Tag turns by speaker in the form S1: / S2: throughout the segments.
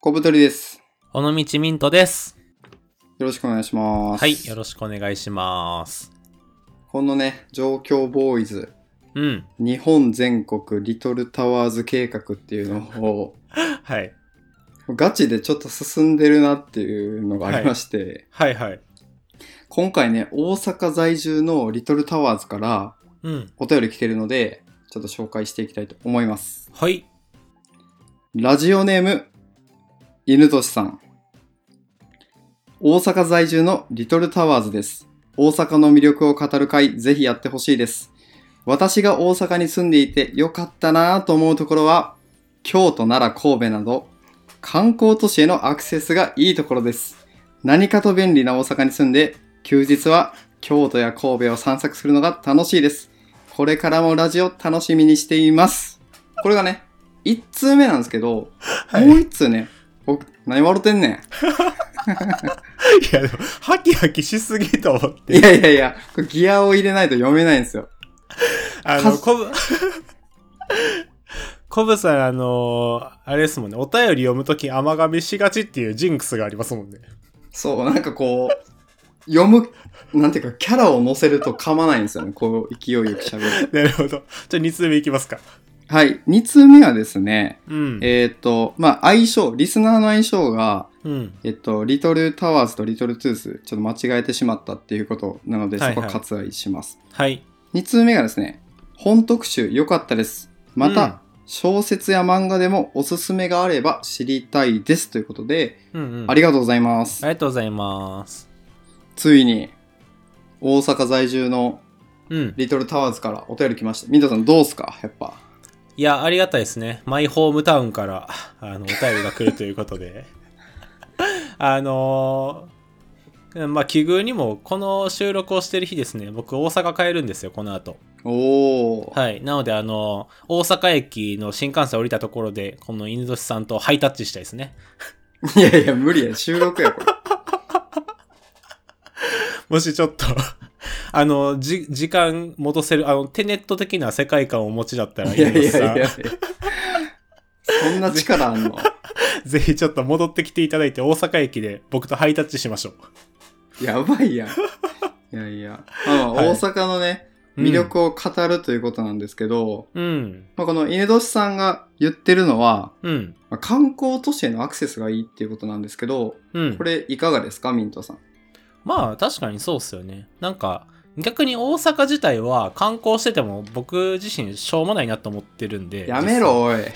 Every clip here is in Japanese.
S1: 小太りです。
S2: 尾道ミントです。
S1: よろしくお願いします。
S2: はい、よろしくお願いします。
S1: このね、状況ボーイズ、
S2: うん。
S1: 日本全国リトルタワーズ計画っていうのを、
S2: はい。
S1: ガチでちょっと進んでるなっていうのがありまして、
S2: はいはい。
S1: 今回ね、大阪在住のリトルタワーズから
S2: うん。
S1: お便り来てるので、ちょっと紹介していきたいと思います。
S2: はい。
S1: ラジオネーム、犬年さん。大阪在住のリトルタワーズです。大阪の魅力を語る会、ぜひやってほしいです。私が大阪に住んでいてよかったなぁと思うところは、京都、奈良、神戸など、観光都市へのアクセスがいいところです。何かと便利な大阪に住んで、休日は京都や神戸を散策するのが楽しいです。これからもラジオ楽しみにしています。これがね、1通目なんですけど、
S2: はい
S1: もう1通ね、僕、何笑ってんねん。
S2: いや、でも、ハキハキしすぎと思っ
S1: い
S2: て。
S1: やいやいや、これギアを入れないと読めないんですよ。
S2: あの、コブ、コブさん、あのーあれですもんね、お便り読むとき甘噛みしがちっていうジンクスがありますもんね。
S1: そう、なんかこう、読む、なんていうか、キャラを乗せると噛まないんですよね。こう、勢いよく喋る。
S2: なるほど。じゃあ2通目いきますか。
S1: はい、2通目はですね、
S2: うん。
S1: えーっと、まあ、相性、リスナーの相性が、
S2: うん。
S1: えっと、リトルタワーズとリトルトゥース、ちょっと間違えてしまったっていうことなので、そ
S2: はいはい
S1: こは割愛します。
S2: はい。
S1: 2通目がですね、本特集良かったです。また、小説や漫画でもおすすめがあれば知りたいですということで、
S2: うんうん。
S1: あ
S2: り
S1: りがとうございます。
S2: がとうございます。
S1: ついに、大阪在住の
S2: うん。
S1: リトルタワーズからお便り来ました。ミントさんどうっすかやっぱ。
S2: いや、ありがたいですね。マイホームタウンから、あの、お便りが来るということで。 あのーまあ、奇遇にも、この収録をしてる日ですね、僕、大阪帰るんですよ、この後。
S1: おー。
S2: はい。なので、あのー大阪駅の新幹線降りたところで、この犬年さんとハイタッチしたいですね。
S1: い、やいや、無理や。収録や、こ れ。
S2: もしちょっと、 あの、じ、時間戻せる、あの、テネット的な世界観をお持ちだったら、
S1: いや
S2: 犬
S1: いや
S2: 年
S1: い
S2: さ
S1: やいや
S2: ん、。
S1: そんな力あんの
S2: ぜひちょっと戻ってきていただいて、大阪駅で僕とハイタッチしましょう。
S1: やばいやん。いやいや。まあまあ
S2: はい
S1: 大阪のね、魅力を語るということなんですけど、
S2: うん。
S1: まあ、この犬年さんが言ってるのは、
S2: うん。
S1: まあ観光都市へのアクセスがいいっていうことなんですけど、
S2: うん
S1: こ。れいかがですか、ミントさん。
S2: まあ、確かにそうっすよね。なんか、逆に大阪自体は観光してても僕自身しょうもないなと思ってるんで。
S1: やめろ、おい。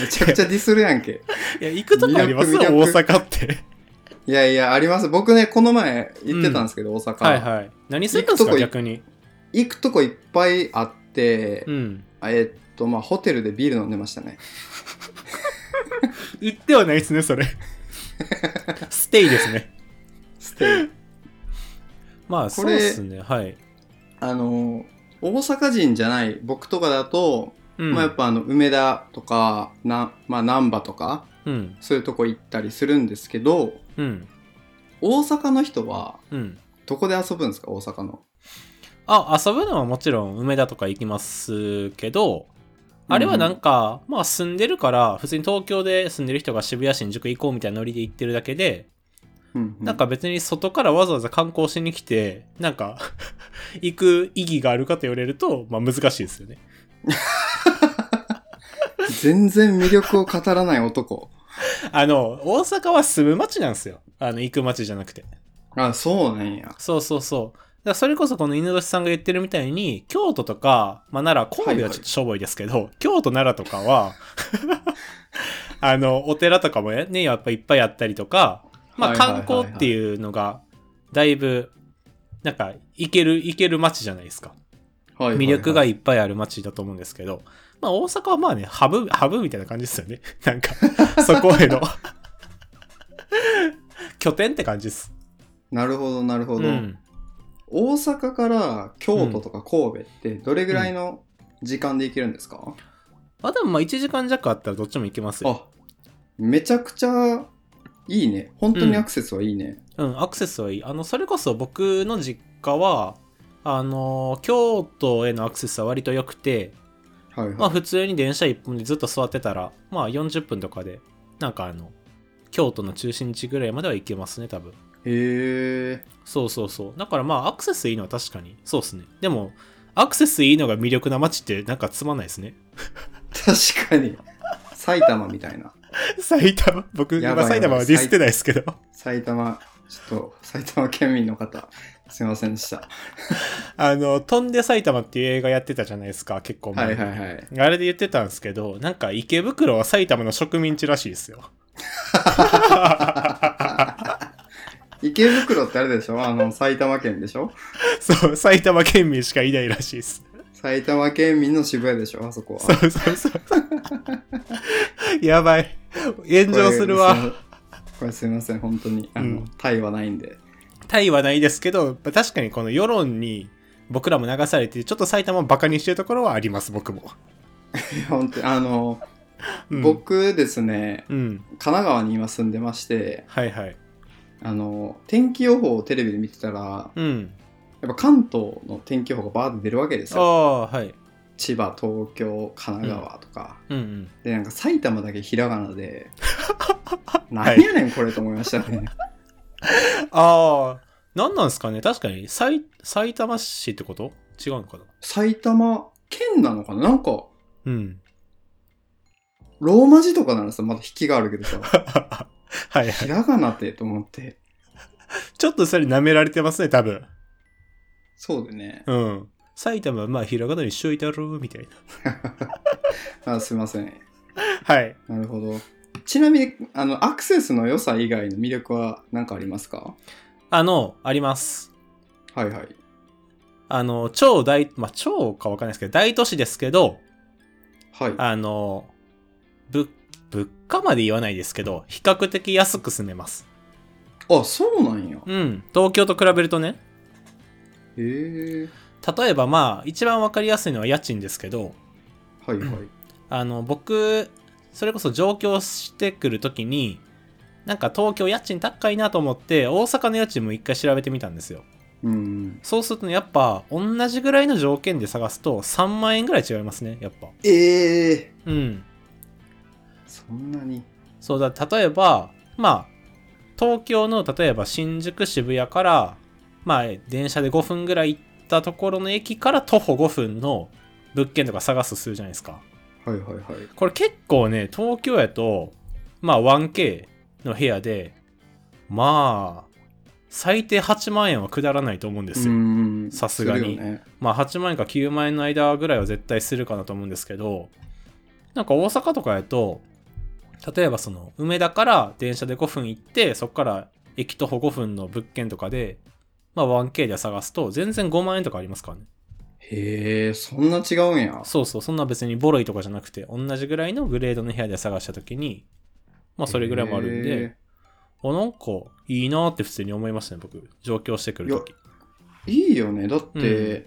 S1: めちゃくちゃディスるやんけ。
S2: 実際。いや、行くとこありますよ、
S1: 魅
S2: 大
S1: 力魅力
S2: 阪って。
S1: いやいや、あります。僕ね、この前行ってたんですけど、大阪、
S2: はいはい。何するんで
S1: 行くと
S2: すか、
S1: こい
S2: 逆に。
S1: 行くとこいっぱいあって
S2: う、ん。
S1: えっと、まあ、ホテルでビール飲んでましたね。
S2: 行ってはないですね、それ。 ステイですね。
S1: ステ イ。
S2: まあ、
S1: こ
S2: そう
S1: れ
S2: ですね、はい。
S1: あの、大阪人じゃない僕とかだと、
S2: うん。
S1: まあ、やっぱあの、梅田とか、なまあ、難波とか、
S2: うん。
S1: そういうとこ行ったりするんですけど、
S2: うん。
S1: 大阪の人は
S2: うん。
S1: どこで遊ぶんですか大阪の
S2: あ、遊ぶのはもちろん梅田とか行きますけど、あれはなんか、まあ住んでるから、普通に東京で住んでる人が渋谷新宿行こうみたいなノリで行ってるだけで、
S1: うんうん
S2: なんか別に外からわざわざ観光しに来て、なんか、 行く意義があるかと言われると、まあ難しいですよね。
S1: 全然魅力を語らない男
S2: あの、大阪は住む街なんですよ。あの、行く街じゃなくて。
S1: あそうなんや
S2: そうそうそう。だからそれこそこの犬年さんが言ってるみたいに、京都とか、まあ奈良、神戸はちょっとしょぼいですけど、京都、奈良とか は、あの、お寺とかもね、やっぱいっぱいあったりとか、まあ
S1: はいはいはいは
S2: 観
S1: い
S2: 光っていうのが、だいぶ、なんか、行ける、行ける街じゃないですか。
S1: はい
S2: 魅力が
S1: い
S2: いっぱいある街だと思うんですけど、まあ大阪はまあね、ハブ、ハブみたいな感じですよね。 なんか、そこへの 拠点って感じです。
S1: なるほどなるほ
S2: う
S1: ど、
S2: ん。
S1: 大阪から京都とか神戸ってどれぐらいの時間で行けるんですか、
S2: あ、でもまあ1時間弱あったらどっちも行けますよ。
S1: あめちゃくちゃいいね本当にアクセスはいいね、
S2: うん、アクセスはいい。あの、それこそ僕の実家は、あのー京都へのアクセスは割と良くて、
S1: はいはい。
S2: まあ普通に電車1本でずっと座ってたら、まあ40分とかで、なんかあの、京都の中心地ぐらいまでは行けますね、多分。
S1: へえ。
S2: そうそうそう。だからまあアクセスいいのは確かに、そうですね。でも、アクセスいいのが魅力な街ってなんかつまんないですね。
S1: 確かに。埼玉みたいな。
S2: 埼玉、僕、
S1: や
S2: ま
S1: ばいやば
S2: あ
S1: い
S2: 埼玉はディスってないですけど。
S1: 埼玉、ちょっと埼玉県民の方、すいませんでした。
S2: あの、飛んで埼玉っていう映画やってたじゃないですか、結構前
S1: は
S2: に
S1: いはいはい。
S2: あれで言ってたんですけど、なんか池袋は埼玉の植民地らしいですよ。
S1: 池袋ってあれでしょあの、埼玉県でしょ
S2: そう、埼玉県民しかいないらしいです。
S1: 埼玉県民の渋谷でしょあそこは。
S2: そうそうそう。 やばい。炎上するわ。
S1: これすいません、本当に。あ
S2: う
S1: の
S2: ん、
S1: タイはないんで。
S2: タイはないですけど、確かにこの世論に僕らも流されて、ちょっと埼玉をバカにしてるところはあります、僕も。
S1: いや本当に、あの、
S2: うん、
S1: 僕ですね、
S2: うん。
S1: 神奈川に今住んでまして、
S2: はいはい。
S1: あの、天気予報をテレビで見てたら、
S2: うん。
S1: やっぱ関東の天気予報がバーって出るわけです
S2: あ
S1: よ。
S2: あ、はい。
S1: 千葉、東京、神奈川とか。
S2: うんうん。
S1: で、なんか埼玉だけひらがな で、なんやねんこれと思いましたね。
S2: ああ、なんなんですかね確かに、さい、埼玉市ってこと違うのかな
S1: 埼玉県なのかななんか、
S2: うん。
S1: ローマ字とかならさ、まだ引きがあるけどさ、
S2: はいは
S1: ひ
S2: い。
S1: らがなってと思って。
S2: ちょっとそれ舐められてますね、多分。
S1: そうでね。
S2: うん。埼玉はまあ、ひらがなにしといたろう、みたいな。
S1: あすいません。
S2: はい。
S1: なるほど。ちなみに、あの、アクセスの良さ以外の魅力は何かありますか
S2: あの、あります。
S1: はいはい。
S2: あの、超大、まあ、超かわかんないですけど、大都市ですけど、
S1: はい。
S2: あの、ぶ、物価まで言わないですけど、比較的安く住めます。
S1: あ、そうなんや。
S2: うん。東京と比べるとね、
S1: へえ。
S2: 例えばまあ、一番わかりやすいのは家賃ですけど、
S1: はいはい。
S2: あの、僕、それこそ上京してくるときに、なんか東京家賃高いなと思って、大阪の家賃も一回調べてみたんですよ。
S1: うん。
S2: そうするとね、やっぱ、同じぐらいの条件で探すと、3万円ぐらい違いますね、やっぱ。
S1: ええ
S2: うん。
S1: そんなに。
S2: そうだ、例えば、まあ、東京の、例えば新宿渋谷から、まあ、電車で5分ぐらい行ったところの駅から徒歩5分の物件とか探すとするじゃないですか。
S1: はいはいはい。
S2: これ結構ね、東京やと、まあ 1K の部屋で、まあ、最低8万円は下らないと思うんですよ。
S1: ん
S2: さすが
S1: る
S2: に
S1: よね
S2: まあ8万円か9万円の間ぐらいは絶対するかなと思うんですけど、なんか大阪とかやと、例えばその梅田から電車で5分行って、そこから駅徒歩5分の物件とかで、まあ 1K で探すと全然5万円とかありますからね。
S1: へえ、そんな違うんや。
S2: そうそう、そんな別にボロいとかじゃなくて、同じぐらいのグレードの部屋で探したときに、まあそれぐらいもあるん
S1: へ
S2: で、あ、なんかいいなーって普通に思いましたね、僕。上京してくるとき。
S1: え。いいよね。だって、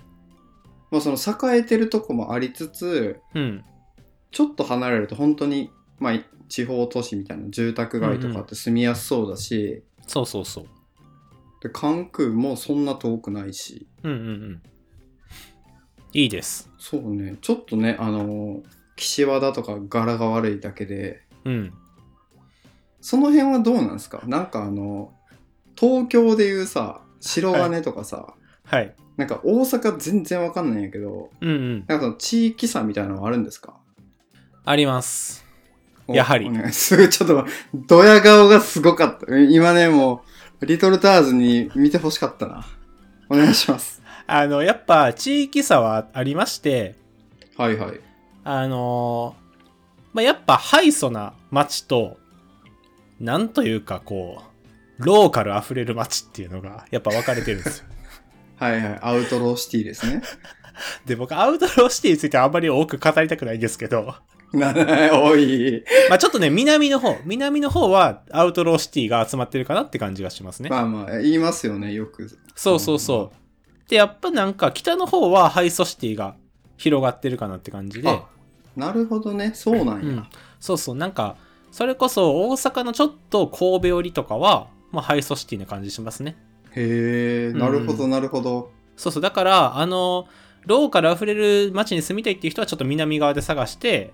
S1: まあその栄えてるとこもありつつ、
S2: うん。
S1: ちょっと離れると本当に、まあ地方都市みたいな住宅街とかって住みやすそうだし、
S2: そうそうそう。
S1: で関空もそんな遠くないし、
S2: うんうんうん。いいです。
S1: そうね、ちょっとね、あの、岸和田とか柄が悪いだけで、
S2: うん。
S1: その辺はどうなんですかなんかあの、東京でいうさ、白金とかさ、
S2: はい。
S1: なんか大阪全然わかんないんやけど、
S2: うんうん。
S1: なんかその地域差みたいなのはあるんですか
S2: あります。
S1: お
S2: やはり
S1: お願い すぐちょっと、ドヤ顔がすごかった。今ね、もう、リトルターズに見てほしかったな。お願いします。
S2: あの、やっぱ地域差はありまして、
S1: はいはい。
S2: あのーまあ、やっぱ敗訴な街と、なんというかこう、ローカル溢れる街っていうのが、やっぱ分かれてるん ですよ。
S1: はいはい。アウトローシティですね。
S2: で、僕、アウトローシティについてあんまり多く語りたくないんですけど、
S1: なない、おい。
S2: まあちょっとね、南の方、南の方はアウトローシティが集まってるかなって感じがしますね。
S1: まあまあ、言いますよね、よく。
S2: そうそうそう。で、やっぱなんか北の方はハイソシティが広がってるかなって感じで、
S1: あ、なるほどね。そうなんや。
S2: うんそうそう、なんか、それこそ大阪のちょっと神戸寄りとかは、まあハイソシティな感じしますね。
S1: へえ、なるほど、なるほど。
S2: そうそう、だから、あの、ローカルあふれる街に住みたいっていう人はちょっと南側で探して、
S1: はいはいはいはい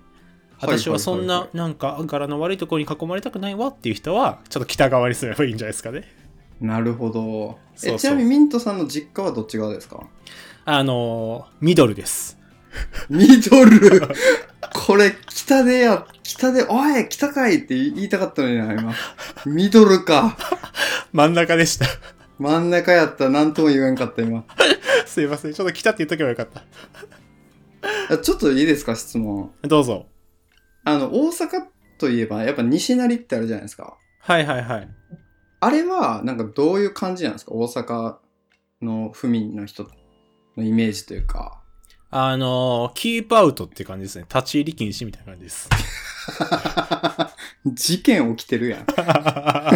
S2: 私はそんな、なんか柄の悪いところに囲まれたくないわっていう人は、ちょっと北側に住めばいいんじゃないですかね。
S1: なるほど。え
S2: そうそう
S1: ちなみにミントさんの実家はどっち側ですか
S2: あのー、ミドルです。
S1: ミドルこれ、北でや、北で、おい、北かいって言いたかったのにな、今。ミドルか。
S2: 真ん中でした。
S1: 真ん中やったら何とも言えんかった、今。
S2: すいません。ちょっと北って言っとけばよかった。
S1: あちょっといいですか、質問。
S2: どうぞ。
S1: あの、大阪といえば、やっぱ西成ってあるじゃないですか。
S2: はいはいはい。
S1: あれは、なんかどういう感じなんですか大阪の府民の人のイメージというか。
S2: あのー、キープアウトっていう感じですね。立ち入り禁止みたいな感じです。
S1: 事件起きてるやん。
S2: あ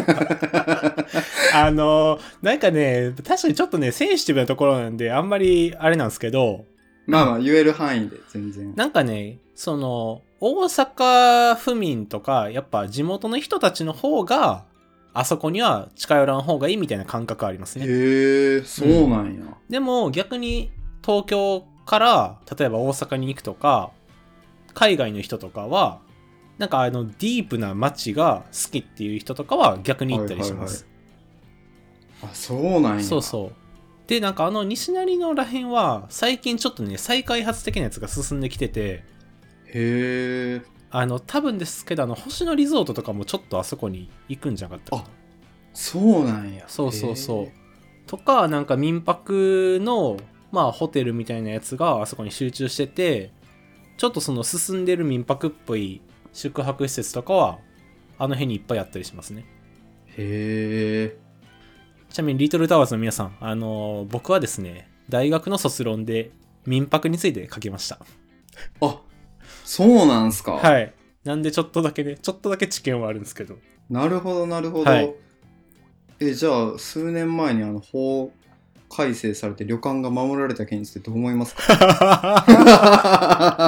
S2: のー、なんかね、確かにちょっとね、センシティブなところなんで、あんまりあれなんですけど、
S1: まあまあ、言える範囲で、全然。
S2: なんかね、その、大阪府民とか、やっぱ地元の人たちの方が、あそこには近寄らん方がいいみたいな感覚ありますね。
S1: へえ、そうなんや。
S2: でも逆に東京から例えば大阪に行くとか海外の人とかはなんかあのディープな街が好きっていう人とかは逆に行ったりします、
S1: あ、そうなんや。
S2: そうそうでなんかあの西成のらへんは最近ちょっとね再開発的なやつが進んできてて
S1: へえ、
S2: あの多分ですけどあの星野リゾートとかもちょっとあそこに行くんじゃなかったかな
S1: あそうなんや。
S2: そうそう
S1: へ
S2: そ
S1: え
S2: う。とか、なんか民泊の、まあ、ホテルみたいなやつがあそこに集中してて、ちょっとその進んでる民泊っぽい宿泊施設とかは、あの辺にいっぱいあったりしますね。
S1: へえ。
S2: ちなみに、リトルタワーズの皆さん、あのー僕はですね、大学の卒論で民泊について書きました。
S1: あ、そうなんすか。
S2: はい。なんでちょっとだけね、ちょっとだけ知見はあるんですけ ど。
S1: なるほど、なるほど。
S2: はい
S1: え、じゃあ、数年前にあの法改正されて旅館が守られた件についてどう思いますか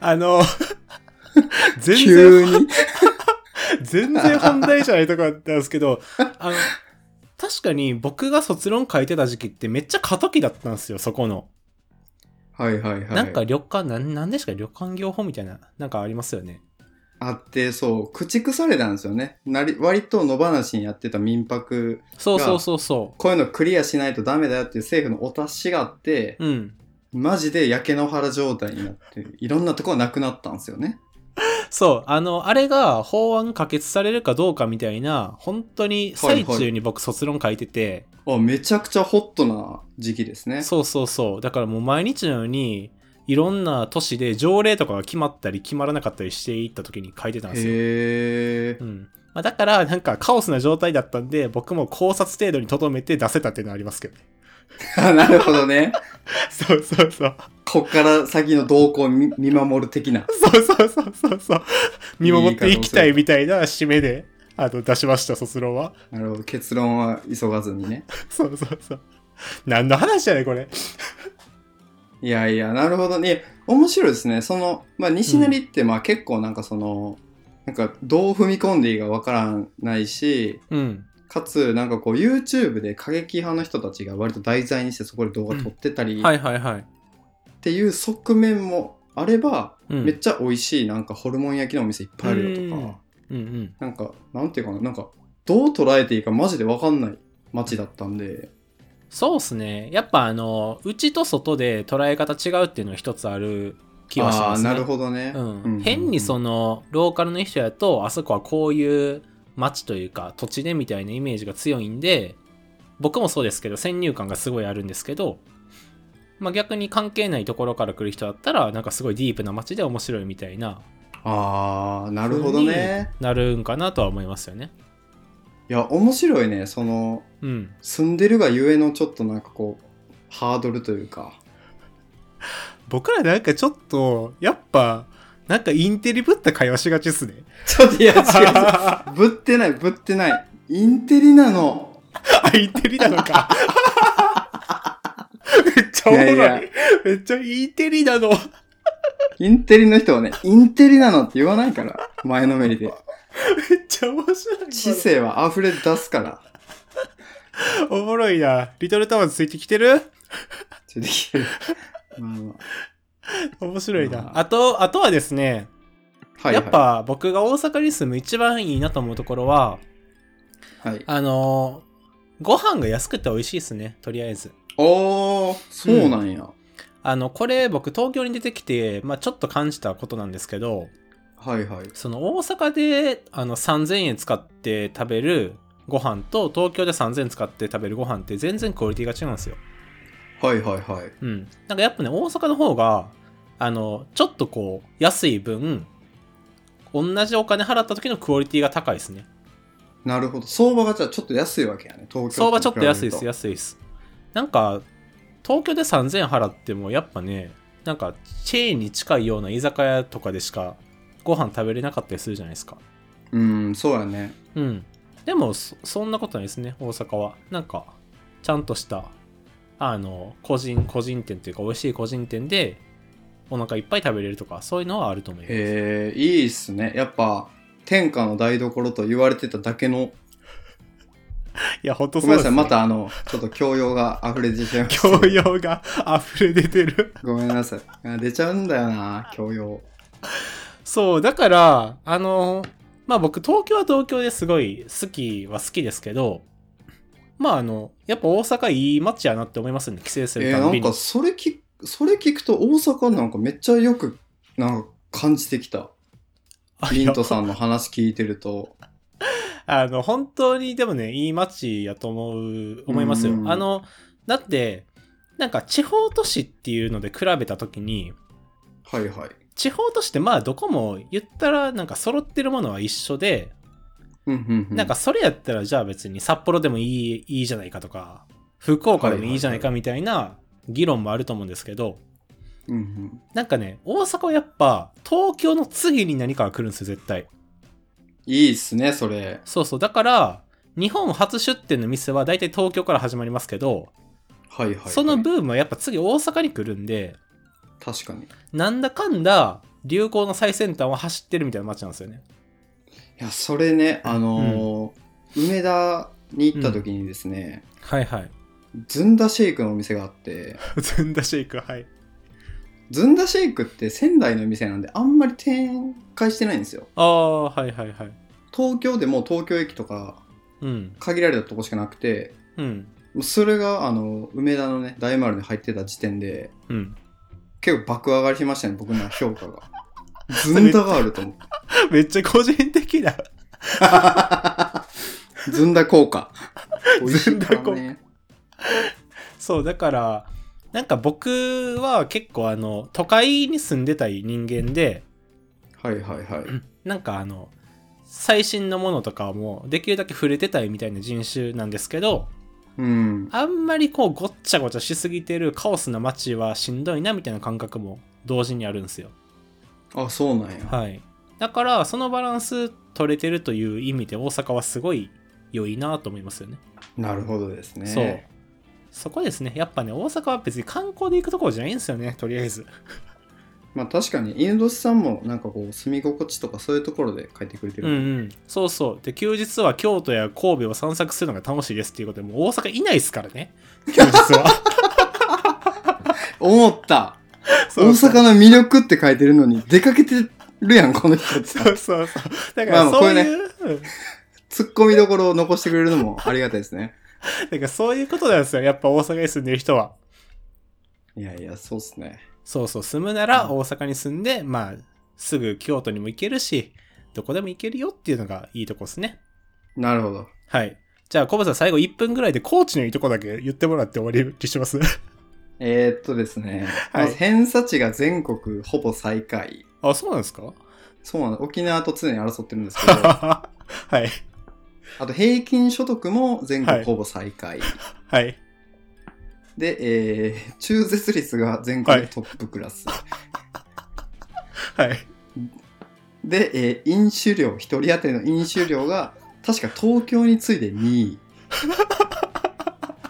S2: あ のー 全然
S1: 急に。
S2: 全然本題じゃないとこだったんですけ ど、あの、確かに僕が卒論書いてた時期ってめっちゃ過渡期だったんですよ、そこの。
S1: はいはいはい。
S2: なんか旅館、なんなんですか旅館業法みたいな、なんかありますよね。
S1: あって、そう、駆逐されたんですよね。なり割と野放しにやってた民泊、
S2: そうそうそうそ
S1: こういうのクリアしないとダメだよっていう政府のお達しがあって、
S2: う。うん。
S1: マジで焼け野原状態になって、いろんなとこがなくなったんですよね。
S2: そう、あの、あれが法案可決されるかどうかみたいな、本当に最中に僕卒論書いてて、
S1: あ、めちゃくちゃホットな時期ですね。
S2: そうそうそう。だからもう毎日のように、いろんな都市で条例とかが決まったり決まらなかったりしていった時に書いてたんですよ。
S1: へー。
S2: うんまあ、だから、なんかカオスな状態だったんで、僕も考察程度にとどめて出せたっていうのはありますけどね。
S1: あなるほどね。
S2: そうそうそう。
S1: こっから先の動向を見見守る的な。
S2: そうそうそうそうそう。見守っていきたいみたいな締めで、あの、出しました、卒論は。
S1: なるほど。結論は急がずにね。
S2: そうそうそう。何の話やねん、これ。
S1: いやいや、なるほどね。面白いですね。その、まあ、西成って、まあ結構なんかその、なんかどう踏み込んでいいかわからないし、
S2: うん。
S1: かつなんかこう YouTube で過激派の人たちが割と題材にしてそこで動画撮ってたり
S2: は
S1: っ
S2: いはいはい。
S1: ていう側面もあれば、
S2: うん。
S1: めっちゃ美味しいなんかホルモン焼きのお店いっぱいあるよとか、
S2: うんうん。
S1: なんか、なんていうかな、なんかどう捉えていいかマジでわかんない街だったんで、
S2: そうっすね。やっぱあの、内と外で捉え方違うっていうのが一つある気はし
S1: あ
S2: ま
S1: あ
S2: すね。
S1: なるほどね、
S2: うん、変にそ
S1: の
S2: のローカルの人やとあそこはこういう町というか土地でみたいなイメージが強いんで僕もそうですけど先入観がすごいあるんですけど、まあ、逆に関係ないところから来る人だったらなんかすごいディープな町で面白いみたいな
S1: ああなるほどね
S2: なるんかなとは思いますよね
S1: いや面白いねその
S2: うん
S1: 住んでるがゆえのちょっとなんかこうハードルというか
S2: 僕らなんかちょっとやっぱなんかインテリぶった会話しがちっすね
S1: ちょっといや違うぶってないぶってないインテリなの
S2: インテリなの かめっちゃ
S1: おもろいいやいや
S2: めっちゃインテリなの
S1: インテリの人はねインテリなのって言わないから前のめりで
S2: めっちゃ面白い今の
S1: 知性は溢れ 出すから
S2: おもろいなリトルタワーズついてきてる
S1: それできる。まあま
S2: 面白いな、
S1: うん
S2: あとあとはですね、
S1: あはい、はい。
S2: やっ、ぱ僕が大阪に住む一番いいなと思うところは
S1: はい。
S2: あのーご飯が安くて美味しいですねとりあえず
S1: おー、そうなんや。
S2: あのこれ僕東京に出てきて、まあ、ちょっと感じたことなんですけど
S1: はいはい。
S2: その大阪であの3000円使って食べるご飯と東京で3000円使って食べるご飯って全然クオリティが違うんですよ
S1: はいはいはい。
S2: うん、なんかやっぱね大阪の方があのちょっとこう安い分同じお金払った時のクオリティが高いですね
S1: なるほど。相場がじゃあちょっと安いわけやね。東京
S2: 相場ちょっと安いです
S1: よ。
S2: 安いですなんか東京で3000円払ってもやっぱねなんかチェーンに近いような居酒屋とかでしかご飯食べれなかったりするじゃないですか
S1: うん、そうやね。
S2: うんでもそそんなことないですね大阪はなんかちゃんとしたあの個人個人店というか美味しい個人店でお腹いっぱい食べれるとかそういうのはあると思います
S1: へえ、いいっすね。やっぱ、天下の台所と言われてただけの、
S2: いや、ほんと
S1: ご
S2: そ
S1: め
S2: うん
S1: なさ
S2: です、ね。
S1: い、またあの、ちょっと教養が溢れてしまいました。
S2: 教養が 溢れ出てる。
S1: ごめんなさい。あ出ちゃうんだよな、教養。
S2: そう、だから、あの、まあ僕、東京は東京ですごい好きは好きですけど、まああの、やっぱ大阪いい街やなって思いますね、帰省する
S1: えー
S2: た
S1: なんん
S2: びに。
S1: かそれ聞く、それ聞くと大阪なんかめっちゃよく、なんか感じてきた。
S2: あ
S1: ミント
S2: い
S1: さんの話聞いてると。
S2: やあの、本当にでもね、いい街やと思う、思いますよ
S1: う。ん
S2: あの、だって、なんか地方都市っていうので比べたときに、
S1: はいはい。
S2: 地方都市ってまあどこも言ったらなんか揃ってるものは一緒で、
S1: うんうんう
S2: なんか、それやったらじゃあ別に札幌でもいいいいじゃないかとか福岡でもいいじゃないかみたいな議論もあると思うんですけど、
S1: うんうん、
S2: なんかね大阪はやっぱ東京の次に何かが来るんですよ絶対
S1: いいっすね、それ。
S2: そうそうだから日本初出店の店は大体東京から始まりますけど、
S1: はいはい、はい。
S2: そのブームはやっぱ次大阪に来るんで
S1: 確かに。い
S2: なんだかんだ流行の最先端を走ってるみたいな街なんですよね
S1: や、それね、あのー梅田に行った時にですね、
S2: はいはい
S1: ずんだシェイクのお店があって、
S2: ずんだシェイクはい
S1: ずんだシェイクって仙台の店なんであんまり展開してないんですよ。
S2: ああはいはいはい
S1: 東京でもう東京駅とか
S2: うん
S1: 限られたとこしかなくて、
S2: うん
S1: それがあの梅田のね大丸に入ってた時点で
S2: うん
S1: 結構爆上がりしましたね僕の評価 がずんだがあると思
S2: めっちゃ個人的な
S1: うずんだ効果美味しいから
S2: ずん
S1: ね
S2: そうだからなんか僕は結構あの都会に住んでたい人間で
S1: はいはいはい、
S2: なんかあの最新のものとかもできるだけ触れてたいみたいな人種なんですけど
S1: うん、
S2: あんまりこうごっちゃごちゃしすぎてるカオスな街はしんどいなみたいな感覚も同時にあるんですよ
S1: あそうなんや
S2: はいだからそのバランス取れてるという意味で大阪はすごい良いなと思いますよね
S1: なるほどですね
S2: そうそこですねやっぱね大阪は別に観光で行くところじゃないんですよねとりあえず
S1: まあ確かに犬年さんもなんかこう住み心地とかそういうところで書いてくれてる、
S2: うんうん、そうそうで休日は京都や神戸を散策するのが楽しいですっていうことでもう大阪いないですから ね休日は
S1: 思った
S2: そ
S1: 大
S2: うそう
S1: 阪の魅力って書いてるのに出かけてるやんこの人って
S2: そうそうそうだから
S1: まあまあ
S2: そういう、うん
S1: ツッコミどころを残してくれるのもありがたいですね
S2: だからそういうことなんですよやっぱ大阪に住んでる人はい
S1: やいやそうっすね
S2: そうそう住むなら大阪に住んで、まあすぐ京都にも行けるしどこでも行けるよっていうのがいいとこですね
S1: なるほど
S2: はいじゃあコブさん最後1分ぐらいで高知のいいとこだけ言ってもらって終わりにします
S1: えー、っとですね、
S2: はい
S1: まず偏差値が全国ほぼ最下位。
S2: あそうなんですか
S1: そうなんです沖縄と常に争ってるんですけど、あ
S2: はい
S1: と平均所得も全
S2: は
S1: 国
S2: い
S1: ほぼ最下位。
S2: はい
S1: で、えー、中絶率が全国トップクラス。
S2: はい
S1: で、えー飲酒量、一人当たりの飲酒量が確か東京に次いで2位。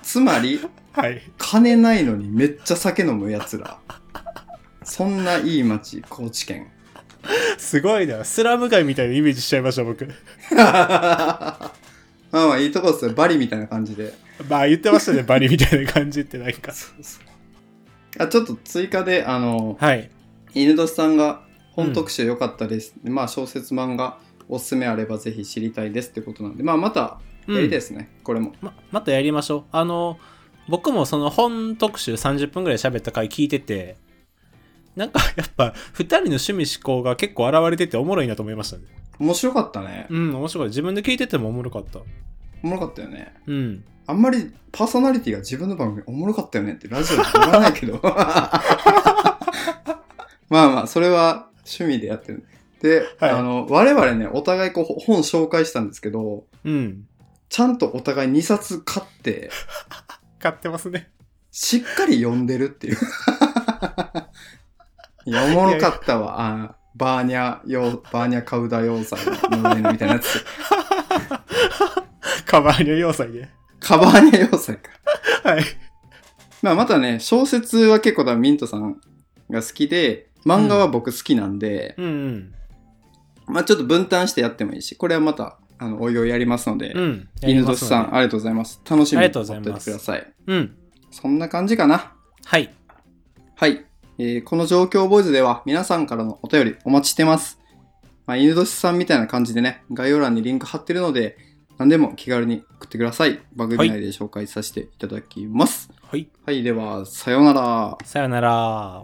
S1: つまり、
S2: はい
S1: 金ないのにめっちゃ酒飲むやつら。そんないい街、高知県。
S2: すごいな。スラム街みたいなイメージしちゃいました、僕。
S1: まあまあいいとこですよ。バリみたいな感じで。
S2: まあ言ってましたね、バリみたいな感じってなんか。
S1: そうそうあちょっと追加で、あの、
S2: はい。
S1: 犬年さんが本特集良かったです。まあ、小説漫画おすすめあればぜひ知りたいですってことなんで、まあ、また、
S2: うん
S1: やりですね、これも。
S2: ままたやりましょうあの僕もその本特集30分ぐらい喋った回聞いててなんか やっぱ2人の趣味思考が結構現れてておもろいなと思いましたね
S1: 面白かったね。
S2: うん面白い自分で聞いててもおもろかった
S1: おもろかったよね。
S2: うん
S1: あんまりパーソナリティが自分の番組おもろかったよねってラジオで言わないけど。まあまあ、それは趣味でやってる。で、
S2: はい
S1: あの、我々ね、お互いこう本紹介したんですけど、
S2: うん
S1: ちゃんとお互い2冊買って、
S2: 買ってますね
S1: しっかり読んでるっていう。 いや、おもろかったわ。あバーニャ用、バーニャカウダ要塞の上のみたいなやつ。
S2: カバーニャ要塞で
S1: カバーニャ要塞か。
S2: はい
S1: まあ、またね、小説は結構多分ミントさんが好きで、漫画は僕好きなんで、
S2: うんうん
S1: まあちょっと分担してやってもいいし、これはまた、あの、おいおいやりますので、
S2: うん
S1: 犬年さん、
S2: やりますので
S1: ありがとうございます。楽しみ
S2: あ
S1: にっ
S2: りがとうござ
S1: て
S2: い
S1: おい
S2: ま
S1: て
S2: す
S1: ください。
S2: うん
S1: そんな感じかな。
S2: はい
S1: はい、えーこの状況ボーイズでは皆さんからのお便りお待ちしてます。まあ、犬年さんみたいな感じでね、概要欄にリンク貼ってるので、何でも気軽に送ってください。番組内で紹介させていただきます。
S2: はい
S1: はい、では、さようなら。
S2: さよなら